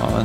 Ja,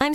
I'm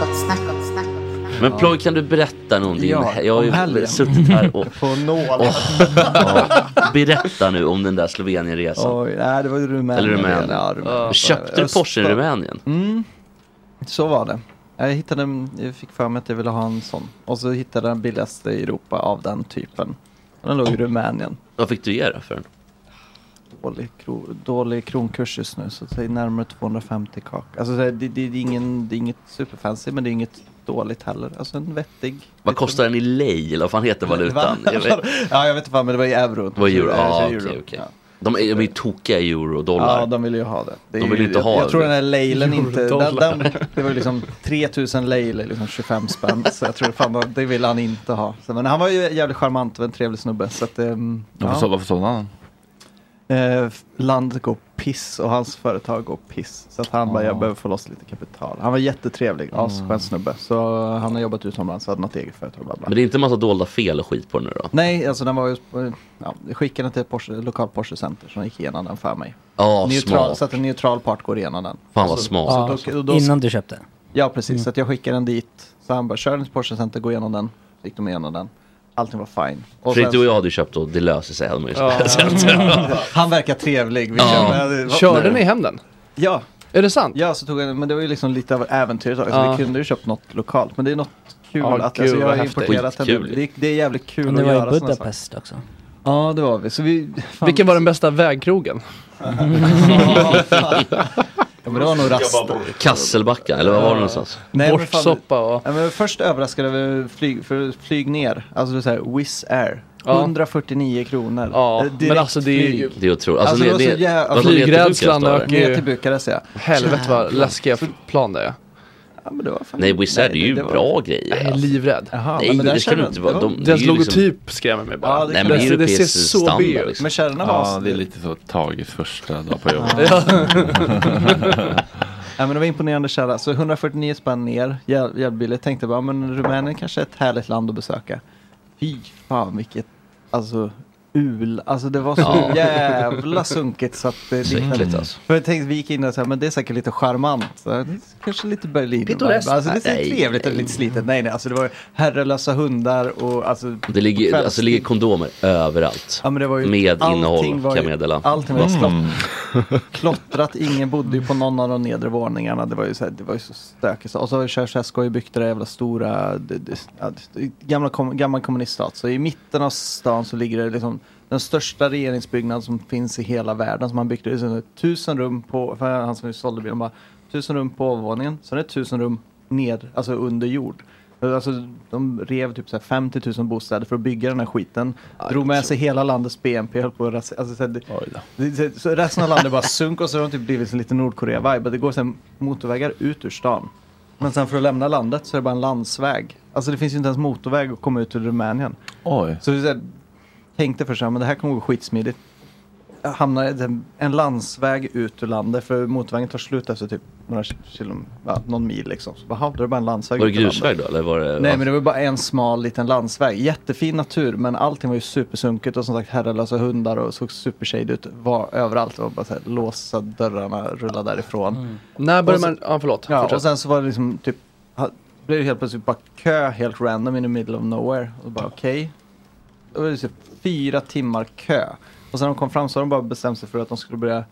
Gott snack, gott snack. gott snack. Men Ploy, kan du berätta någonting? om det här? jag har om helgen. ju suttit här och... På nål. Åh, ja. Berätta nu om den där Slovenienresan. Oj, nej, det var ju Rumänien. Eller Rumänien. Ja, Rumänien. Du köpte du Öst- Porsche i Rumänien? Mm, så var det. Jag hittade, en- jag fick för mig att jag ville ha en sån. Och så hittade jag den billigaste i Europa av den typen. Och Den låg i Rumänien. Vad fick du ge då för den? Dålig, kro, dålig kronkurs just nu, så säg närmare 250 kak. Alltså det, det, det, är ingen, det är inget superfancy, men det är inget dåligt heller. Alltså en vettig. Vad kostar den i lei eller vad fan heter valutan? Va? Jag vet. ja, jag vet inte fan, men det var i euro. Det var euro, Alltså, ah, euro. okej, okej. De är de är ju tokiga i euro och dollar. Ja, de ville ju ha det. det är De vill ju, inte ha jag, jag tror den här lejlen Euro, inte, den, dollar. den, det var ju liksom 3000 lejl, liksom 25 spänn. Så jag tror fan, det ville han inte ha. Så, men han var ju jävligt charmant och en trevlig snubbe. Så att, ehm, Varför, så, ja. varför sålde han den? eh, landet går piss och hans företag går piss. Så att han bara, Ah. jag behöver få loss lite kapital. Han var jättetrevlig, asskön snubbe. Så eh, han har jobbat utomlands och hade något eget företag. Bla bla. Men det är inte en massa dolda fel och skit på den nu då? Nej, alltså den var ju, ja, jag skickade den till Porsche, lokal Porsche Center som gick igenom den för mig. Ja, neutral, Ah, smart. så att en neutral part går igenom den. Fan, vad Så- smart. så då- och då- Innan du köpte? Ja, precis. Mm. Så att jag skickade den dit. Så han bara, kör den till Porsche Center, gå igenom den. Så gick de igenom den. Allting var fine. Och Fredrik, sen- du och jag hade ju köpt och det löser sig hade man ju sagt. Han verkar trevlig. Vi Ja. körde- Körde ni hem den? Ja. Är det sant? Ja, så tog jag den. Men det var ju liksom lite av ett äventyr. Så Ja. Vi kunde ju köpt något lokalt. Men det är något kul. Ja, att, gud, alltså, jag vad har häftigt. importerat den. Skitkul. Det, det är jävligt kul Och att ni göra var i såna saker. Budapest också. Ja, det var vi. Så vi fan- Vilken var den bästa vägkrogen? Ja, men det var nog rast. Kasselbacka, eller vad var det någonstans? Nej, men fan- Bortsoppa och... Ja, men först överraskade vi flyg, för flyg ner, alltså det är så här, Wizz Air. Ja. 149 kronor. Ja, Eh, men alltså det är ju... Det är otroligt. Alltså, det ni- var så ni- jä- vadå, alltså, ni är till flygrädslan Bukarest, ökar eller? Ner ju... till Bukarest ja. Helvete vad läskiga plan det är. ja men det var fan... Nej, Wizz Air, det är ju det var- bra grejer. Jag är livrädd. Jaha, Nej, men det där ska du känner inte jag- vara. ja. De- det är Deras ju liksom- logotyp skrämmer mig bara. Ja, det Nej, men kan- det är det, ser europeisk så standard, B ut. liksom. Men kärnorna var... Ja, det är lite så taget första dag på jobbet. Ja, men det var imponerande kära. Så 149 spänn ner, jäv- jävligt Tänkte bara, men Rumänien kanske är ett härligt land att besöka. Fy fan vilket, alltså ul. Alltså det var så Ja. jävla sunkigt så att det Så liknade- äckligt, alltså. För jag tänkte, vi gick in och så här, men det är säkert lite charmant. Så här, det är kanske lite Berlin. Pittoreskt. Alltså det är Nej, så trevligt och nej. lite slitet. Nej, nej, alltså det var herrelösa hundar och alltså. Det ligger, alltså, det ligger kondomer överallt. Ja, men det var ju, Med allting innehåll, kan var jag ju- meddela. Allting var slott, klottrat, ingen bodde ju på någon av de nedre våningarna. Det var ju så, här, det var ju så stökigt. Och så har Ceausescu har ju byggt det där jävla stora, det, det, ja, det, gamla, kom, gammal kommuniststat. Så i mitten av stan så ligger det liksom den största regeringsbyggnaden som finns i hela världen. Som han byggde, det är så tusen rum på, för han som sålde bilen bara, tusen rum på övervåningen, sen är det tusen rum ner, alltså under jord. Alltså, de rev typ så här 50 000 bostäder för att bygga den här skiten. drog med sig hela landets BNP. Höll på att ras- alltså, så här, det, det, det, så resten av landet bara sunk och så har de typ blivit som lite Nordkorea-vibe. Det går sen motorvägar ut ur stan. Men sen för att lämna landet så är det bara en landsväg. Alltså det finns ju inte ens motorväg att komma ut ur Rumänien. Oj. Så vi så här, tänkte först så här, men det här kommer gå skitsmidigt. Jag Hamnar i den- en landsväg ut ur landet för motorvägen tar slut efter typ några kilo, ja, någon mil liksom. Så bara, "Jaha, då är det bara en landsväg Var det ut ur landet." grusväg då? Eller var det, Nej men det var bara en smal liten landsväg. Jättefin natur men allting var ju supersunkigt och som sagt herrelösa hundar och såg supershade ut var överallt. Det var bara så här, låsa dörrarna, rulla därifrån. När börjar Och så- man... Ja, förlåt. Ja, och Fortsätt. sen så var det liksom typ, ha- blev det helt plötsligt bara kö helt random in the middle of nowhere. Och bara okej. Då var det typ fyra timmar kö. Och sen när de kom fram så hade de bara bestämt sig för att de skulle börja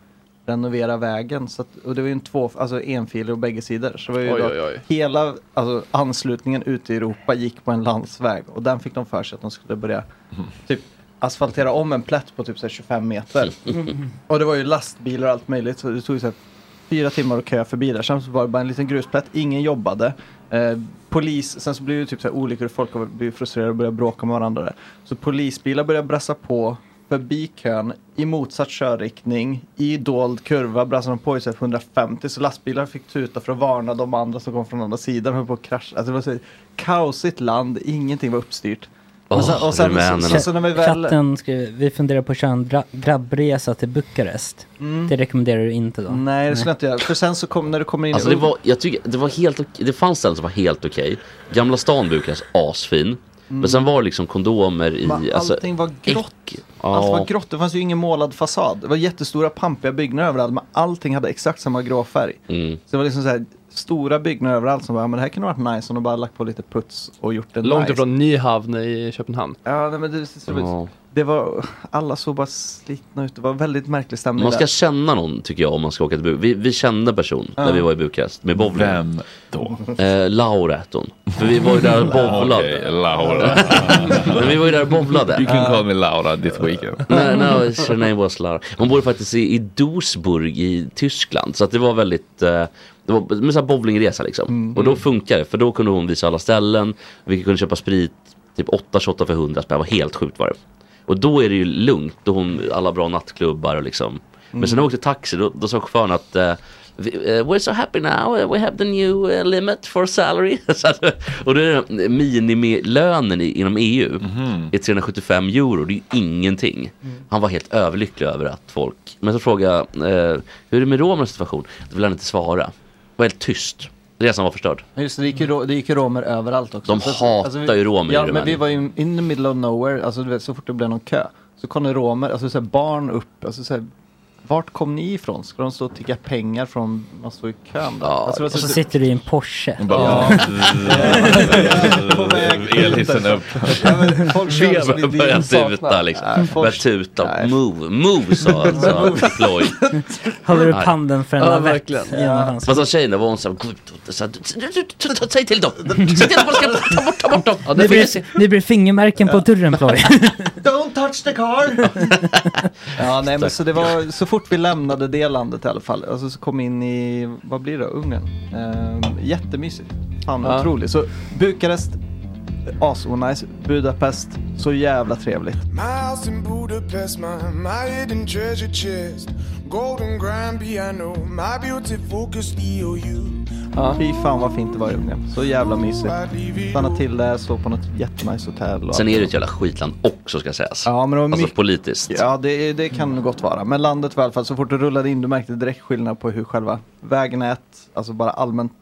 renovera vägen. Så att, och det var ju en två, alltså enfilig och bägge sidor. Så det var ju Oj, då oj, oj. hela alltså, anslutningen ute i Europa gick på en landsväg. Och den fick de för sig att de skulle börja typ asfaltera om en plätt på typ så här 25 meter. Och det var ju lastbilar och allt möjligt. Så det tog ju så här fyra timmar och kö förbi där. Sen så var det bara en liten grusplätt. Ingen jobbade. Eh, polis, sen så blev det ju typ så här olyckor och folk blev frustrerade och började bråka med varandra. Där. Så polisbilar började brassa på förbi kön i motsatt körriktning i dold kurva brassade de på i så här 150 så lastbilar fick tuta för att varna de andra som kom från andra sidan och höll på att krascha. Alltså det var så här kaosigt land, ingenting var uppstyrt. Men Åh, sen- och sen- rumänerna. alltså- så- så- så när vi väl- Chatten skriver, vi funderar på att köra en dra- grabbresa till Bukarest. Det rekommenderar du inte då? Mm. Nej, det skulle jag inte göra. För sen så kom, när du kommer in Alltså i det var, jag tycker, det var helt ok- det fanns ställen som var helt okej. Gamla stan Bukarest, asfin. Men sen var det liksom kondomer i, Va, alltså, allting var grått. Alltså, äck. Allt Ja. var grått, det fanns ju ingen målad fasad. Det var jättestora pampiga byggnader överallt, men allting hade exakt samma grå färg. Mm. Så det var liksom så här stora byggnader överallt som bara, "Ja, men det här kunde ha varit nice om de bara lagt på lite puts och gjort det Långt nice. ifrån Nyhavn i Köpenhamn. Ja, nej, men det, det, Ja. det var, alla såg bara slitna ut. Det var väldigt märklig stämning Man ska där. känna någon tycker jag om man ska åka till Bukarest. Vi, vi kände en person när vi var i Bukarest med bowling. Vem då? Eh, Laura hette hon. För vi var ju där och bowlade. Okej, Laura. Men vi var ju där och bowlade. You can call me Laura this weekend. No, no, it's- her name was Lara. Hon bor faktiskt i, i Duisburg i Tyskland. Så att det var väldigt, eh, Det var men så här bowlingresa liksom. Mm. Och då funkar det för då kunde hon visa alla ställen. Vi kunde köpa sprit, typ 8 shottar för 100 spänn. Det var helt sjukt var det. Och då är det ju lugnt. Då hon, alla bra nattklubbar och liksom. Men sen när jag åkte taxi då, då sa chauffören att eh, vi- eh, we're so happy now, eh, we have the new eh, limit for salary. Så att- och då är det minimilönen i, inom EU är 375 euro, det är ju ingenting. Han var helt överlycklig över att folk... Men så frågade jag, eh, hur är det med romernas situation? Då ville han inte svara. Det var helt tyst. Resan var förstörd. Just det, det, gick ju, ro- det gick ju romer överallt också. De Så- hatar ju romer i Ja, men vi Rumänien. var ju in the middle of nowhere, alltså du vet, så fort det blev någon kö. Så kom det romer, alltså så här, barn upp, alltså så här, vart kom ni ifrån? Ska de stå och tigga pengar från, man står i kön? där? alltså, det var Och så så- sitter du i en Porsche. Ja. På väg Elhissen upp. Ja, men folk kör Börjar- som det- det Börjar de saknar. tuta liksom. Nej, folk- Börjar tuta. Move, move sa alltså Floyd. Håller Nej. upp handen för en Ja, lavett. verkligen. genom hans- Vad sa tjejen då? Var hon så här, gå ut och så här, Säg till dem! Säg till dem! Folk ska ta bort, ta bort dem! Ja, Nu det blir, finns... nu blir fingermärken på dörren Ploy. Don't touch the car! ja, nej, men så det var så fort vi lämnade det landet i alla fall, alltså så kom in i, vad blir det, då, Ungern. Ehm, jättemysigt. Fan vad Ja. otroligt. Så Bukarest, asonice. Budapest, så jävla trevligt. My house in Budapest, my, my hidden treasure chest. Golden grand piano, my beauty focused EOU. Ja. Fy fan vad fint det var i Ungern. Så jävla mysigt. Stannade till där, sov på något jättenice hotell. och Sen är det allt. ett jävla skitland också ska sägas. Ja, men det var alltså mycket- politiskt. Ja, det, det kan nog gott vara. Men landet var i alla fall, så fort du rullade in, du märkte direkt skillnad på hur själva vägnät, alltså bara allmänt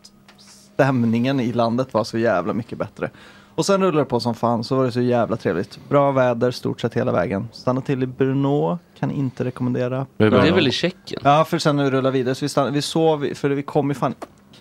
stämningen i landet var så jävla mycket bättre. Och sen rullade det på som fan, så var det så jävla trevligt. Bra väder stort sett hela vägen. Stanna till i Brno, kan inte rekommendera. Men det är Brno. väl i Tjeckien? Ja, för sen när vi rullade vidare, så vi, stannade, vi sov, för vi kom ju fan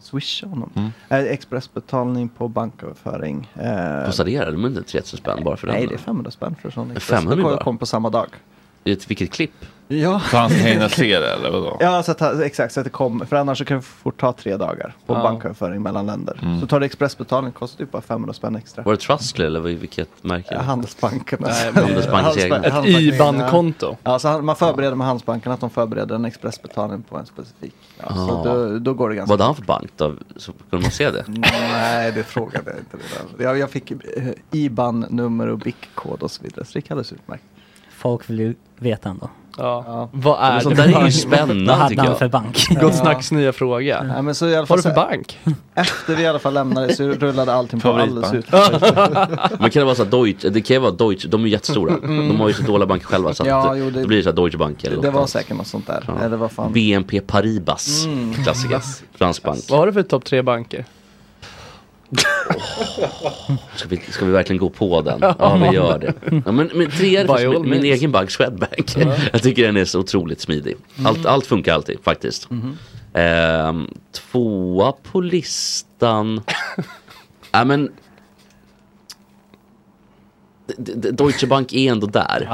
swisha honom. Mm. Eh, expressbetalning på banköverföring. Eh, Kostar det? De är inte 3000 spänn bara för den? nej, det är 500 spänn för sån express. 500 Det bara? kom på samma dag. Ett, vilket klipp? Ja. Så han ska hinna se det eller vadå? Ja, så att, ha- exakt. Så att det kom, för annars så kan det fort ta tre dagar på Ja. banköverföring mellan länder. Mm. Så tar det expressbetalning, kostar typ bara 500 spänn extra. Var det Trustly eller vil- vilket märke? Ja, Handelsbanken. Nej, men- Handelsbankens egen. Ja, så han- man förbereder med Handelsbanken att de förbereder en expressbetalning på en specifik. Ja, Ah. Så då, då går det ganska Vad hade han för bank då? Så kunde man se det? Nej, det frågade jag inte. redan. Jag, jag fick eh, IBAN-nummer och BIC-kod och så vidare. Så det gick alldeles utmärkt. Folk vill ju veta ändå. Ja. Vad Ah, är Det det? där är ju spännande, Vad hade tycker han jag. för bank? Gott Ja. snacks nya fråga. Nej, men så i alla Mm. Vad har fall du för så- bank? Efter vi i alla fall lämnade så rullade allting på alldeles ut. Men kan det vara så här Deutsche, det kan ju vara Deutsche, de är ju jättestora. Mm. De har ju så dåliga banker själva så att Ja, det, jo, det- det blir så här Deutsche Bank eller Det, något det var annat. säkert något sånt där. Eller vad fan. BNP Paribas, Mm. klassiker. Fransk bank. Vad har du för topp tre banker? Ska vi, ska vi verkligen gå på den? Ja, vi gör det. Ja, men, men tre är By faktiskt all min, min means. egen bank, Swedbank. Jag tycker den är så otroligt smidig. Allt, Mm. allt funkar alltid faktiskt. Mhm. Ehm, tvåa på listan. ja, men D- D- Deutsche Bank är ändå där.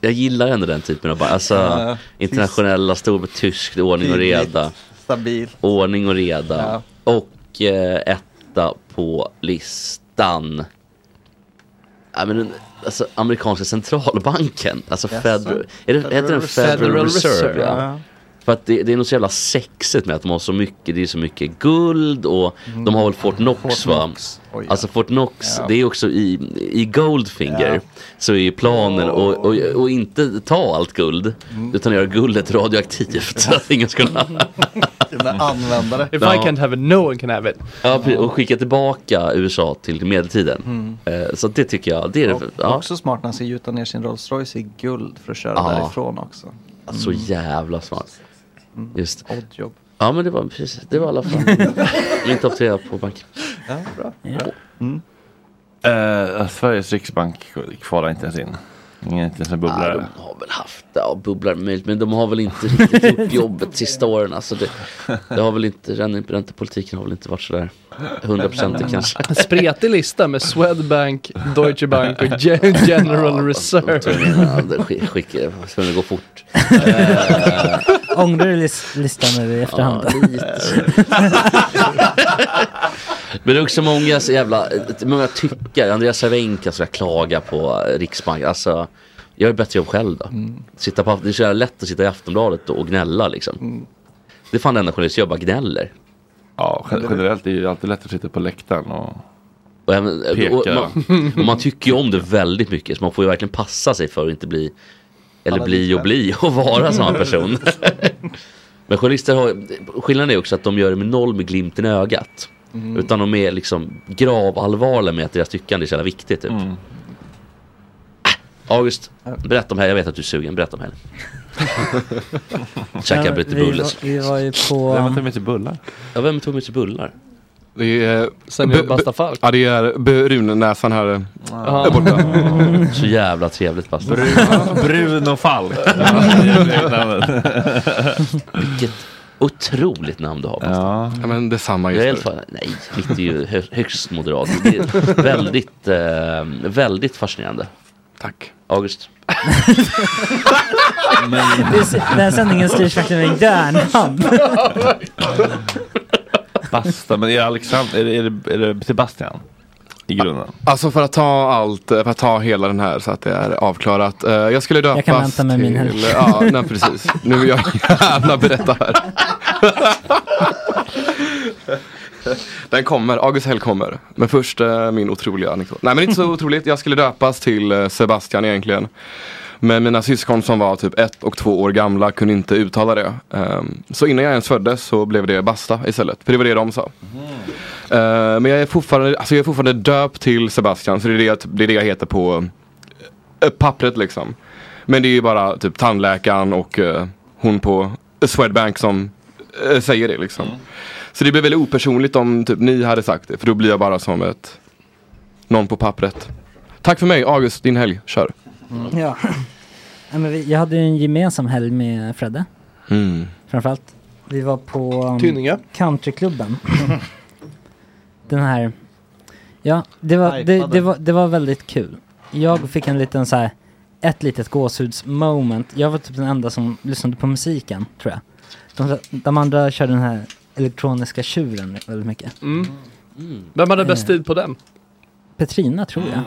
Jag gillar ändå den typen av bank. Alltså, Ja, ja. internationella, stor, tysk, ordning och Tydligt. reda. Stabil. Ordning och reda. Och eh, etta på listan. Ja, men, den- alltså, amerikanska centralbanken. Alltså Jaså? Federal, är det, heter den Federal Federal, Reserve. Reserve? Reserve, ja. ja. För att det, det är nog så jävla sexigt med att de har så mycket, det är så mycket guld och de har väl Fort Knox Mm. Fort va? Knox. Oj, ja. Alltså Fort Knox, Ja. det är också i, i Goldfinger Ja. så är ju planen och, och, och inte ta allt guld utan göra guldet radioaktivt så att ingen ska kunna Användare. If I can't have it, no one can have it. Ja, pre- och skicka tillbaka USA till medeltiden. Eh, Så det tycker jag, det är det. Och Ja. Också smart när han ska gjuta ner sin Rolls Royce i guld för att köra Ja. Alltså, därifrån också. Mm. Så jävla smart. Just. Oddjobb. Ja men det var precis, det var i alla fall min topp tre på bank. Ja, bra. Eh, Sveriges riksbank kvalar inte ens in. Ingen inte ens en bubblare. Ja, de har väl haft, ja bubblar möjligt, men de har väl inte riktigt gjort jobbet sista åren. Alltså det, det har väl inte, ränte- räntepolitiken har väl inte varit sådär hundraprocentig kanske. En spretig lista med Swedbank, Deutsche Bank och Gen- General Reserve. Skicka, ska det gå fort. Ångrar du lis- listan nu i efterhand? Men det är också många så jävla, många tycker, Andreas Cervenka så jag klagar på Riksbanken. Alltså, jag är bättre jobb själv då. Sitta på, Aft- det är så jävla lätt att sitta i Aftonbladet då och gnälla liksom. Det är fan det enda journalist jag bara gnäller. Ja, gen- generellt är det ju alltid lätt att sitta på läktaren och Och, även, och, peka. man, och man tycker ju om det väldigt mycket så man får ju verkligen passa sig för att inte bli eller Alla bli och liknande. bli och vara sån här person. Men journalister har, skillnaden är också att de gör det med noll med glimten i ögat. Mm. Utan de är liksom gravallvarliga med att deras tyckande är så jävla viktigt typ. Mm. Ah, August, berätta om här. jag vet att du är sugen, berätta om här. Käka Ja, lite vi bulles. var- vi var ju på- Vem tog mig till bullar? Ja, vem tog mig till bullar? Det är... Sen Bu- är det Basta bu- Falk. Ja, det är bu- Runnäsan här eh, där Ja. borta. Så jävla trevligt Basta. Brun och Falk. Vilket otroligt namn du har Basta. Ja, men detsamma just nu. Nej, mitt är ju hö- högst moderat. Det är väldigt, eh, väldigt fascinerande. Tack. August. Det är s- Den här sändningen styrs verkligen av en järnhand. Basta, men är, Alexander, är, det, är, det, är det Sebastian? I grunden. Alltså för att ta allt, eh, för att ta hela den här så att det är avklarat. Eh, Jag skulle döpas Jag kan vänta med min till... här. Ja, nej, precis. Nu vill jag gärna berätta här. Den kommer, August Hell kommer. Men först eh, min otroliga anekdot. Nej men inte så otroligt, jag skulle döpas till eh, Sebastian egentligen. Men mina syskon som var typ ett och två år gamla kunde inte uttala det. Ehm, så innan jag ens föddes så blev det Basta istället, för det var det de sa. Eh, men jag är, fortfarande, alltså jag är fortfarande döpt till Sebastian, så det är det jag, det är det jag heter på eh, pappret liksom. Men det är ju bara typ tandläkaren och eh, hon på Swedbank som eh, säger det liksom. Så det blir väldigt opersonligt om typ ni hade sagt det, för då blir jag bara som ett någon på pappret. Tack för mig, August, din helg, kör. Ja. Nej, men vi, jag hade ju en gemensam helg med Fredde. Framförallt. Vi var på um, Tynninge. countryklubben. Den här. Ja, det var, det, det, Hypade. var, det var väldigt kul. Jag fick en liten så här, ett litet gåshudsmoment. Jag var typ den enda som lyssnade på musiken, tror jag. De, de andra körde den här elektroniska tjuren väldigt mycket. Mm. Vem hade bäst tid på den? Petrina, tror jag. Mm.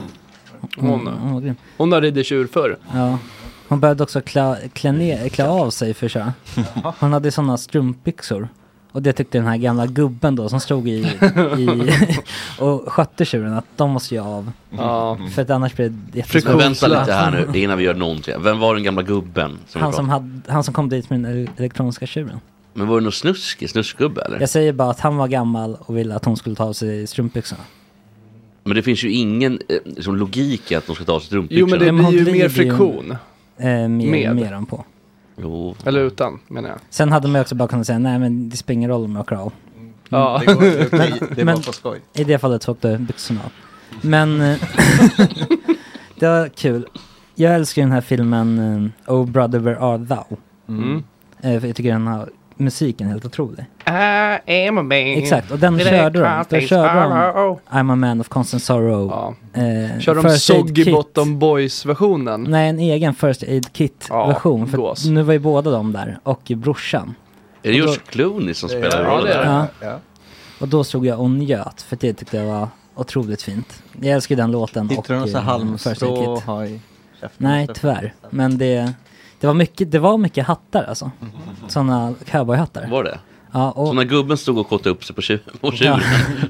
Hon, hon var grym. hon har ridit tjur förr. Ja. Hon började också klä, klä, ner, klä av sig för att köra. Hon hade sådana strumpbyxor. Och det tyckte den här gamla gubben då som stod i, i och skötte tjuren att de måste ju av. Ja. Mm. För att annars blir det Men jättesvårt. vänta lite här nu, det är innan vi gör någonting. Vem var den gamla gubben? Som Han vi som, pratade hade, han som kom dit med den ele- elektroniska tjuren. om? Men var det någon snuskig snuskgubbe eller? Jag säger bara att han var gammal och ville att hon skulle ta av sig strumpbyxorna. Men det finns ju ingen eh, liksom, logik i att de ska ta av sig strumpbyxorna. Jo men det blir hon ju driver mer ju- friktion. Eh, mer, Med. mer än på. Jo. Eller utan menar jag. Sen hade man ju också bara kunnat säga nej men det spelar ingen roll om jag åker av. Ja. Det går- det är okej. Men- Det är men bara på skoj. I det fallet så åkte byxorna av. Men eh, det var kul. Jag älskar ju den här filmen eh, Oh brother where art thou. Mm. Eh, för jag tycker den har musiken helt otrolig. I am a man. Exakt, och den Did I körde de. cross Då these körde de arrows? I'm a man of constant sorrow. Eh, Körde de First Aid Soggy Kit. Bottom Boys-versionen? Nej, en egen First Aid Kit-version. för nu var ju båda de där och brorsan. Är det Och då- George Clooney som spelar Ja, rollen det är där? det. Ja. Och då såg jag och njöt för det tyckte jag var otroligt fint. Jag älskar ju den låten och Hittar du någon sån här eh, First Aid halmstrå Kit. och ha i käften? Nej, tyvärr. Men det, det, var mycket, det var mycket hattar alltså. Sådana cowboyhattar. Var det? Ja, Så och när gubben stod och kottade upp sig på tju- på Ja. tjuren,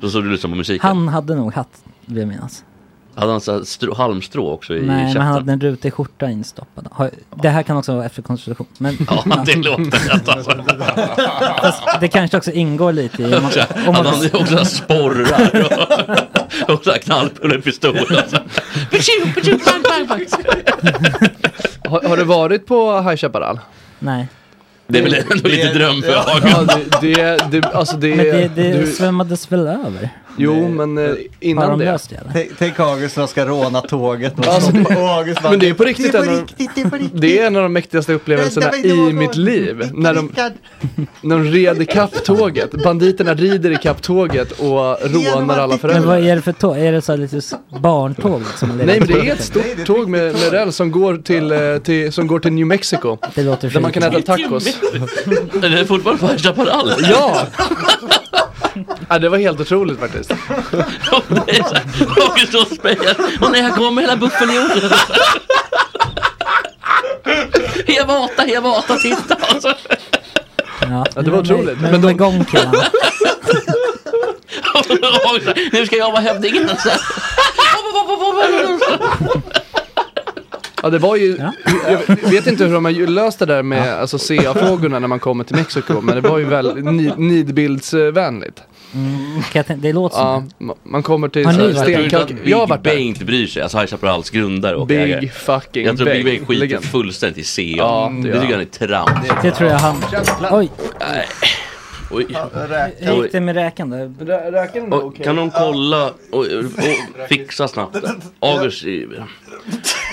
då såg du lyssna på musiken? han hade nog hatt, vill jag minnas. Hade han så här strå, halmstrå också i Nej, men käften? han hade en rutig skjorta instoppad. Har- Det här kan också vara efter konstruktion. Men, Ja, det låter rätt alltså. Fast det kanske också ingår lite i... Han hade också så här sporrar och, och så här knallpullerpistol. Alltså. Pachoo, pachoo, bang, bang, bang. Har, har du varit på High Chaparral? Nej. Det är väl ändå lite dröm för ja, Hagen. det, det, det, alltså det, Men det, det du, svämmades väl över? Jo, men eh, innan Har de det. löst det, Tänk- Tänk August som ska råna tåget. och Alltså, stoppa- och August bara, men det är på riktigt Det är på en av- riktigt, det är på riktigt. Det är en av de mäktigaste upplevelserna Vänta, vänta, i mitt liv. När de, Rickard. när de red ikapp tåget. Banditerna rider ikapp tåget och rånar alla Men föräldrar. vad är det för tåg? Är det så här lite s- barntåg? Som ligger Nej men på det är tåget? ett stort tåg med, med räls som går till, eh, till, som går till New Mexico. Det låter där man kan äta fint. tacos. Är det fortfarande High Chaparral? Ja! ja! Det var helt otroligt faktiskt. Hagen står och spejar. Och när jag kommer hela buffeljorden. Heva åtta, heva åtta, titta alltså. Ja, det var otroligt. Men, men de är igång killarna. Och så, Nu ska jag vara hövdingen. så här. Ja det var ju, jag vet inte hur de har ju löst det där med alltså, CA-frågorna när man kommer till Mexiko. Men det var ju väl ni- nidbildsvänligt. Mm, kan jag tänka- det låter Ja, som ma- man kommer till Har ni så här varit där? stenkalk. Big Jag har varit Bang där. inte bryr sig, alltså High Chaparrals grundare och Big ägare. fucking Jag tror Big Bang. Bang skiter Legend. fullständigt i CA. Ja, det det gör tycker han är han. trams. det. Det tror jag han... Oj! Nej. Oj. Hur gick det med räkan då? Räkan Och, kan någon kolla och, och fixa snabbt det? August,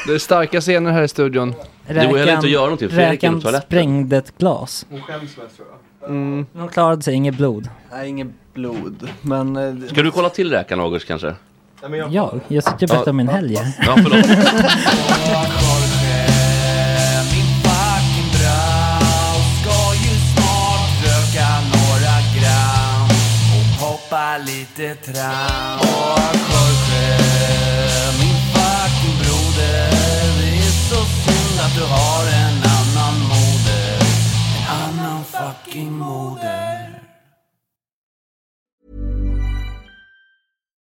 Det är starka scener här i studion. räkan sprängde ett glas. Mm. De klarade sig, inget blod. Nej, inget blod. Men... eh, ska du kolla till räkan August kanske? Jag? Jag sitter och berättar om min helg här. Ja, förlåt. Hoppa lite tram Och Jorge, min fucking broder Det är så synd att du har en annan moder En annan fucking moder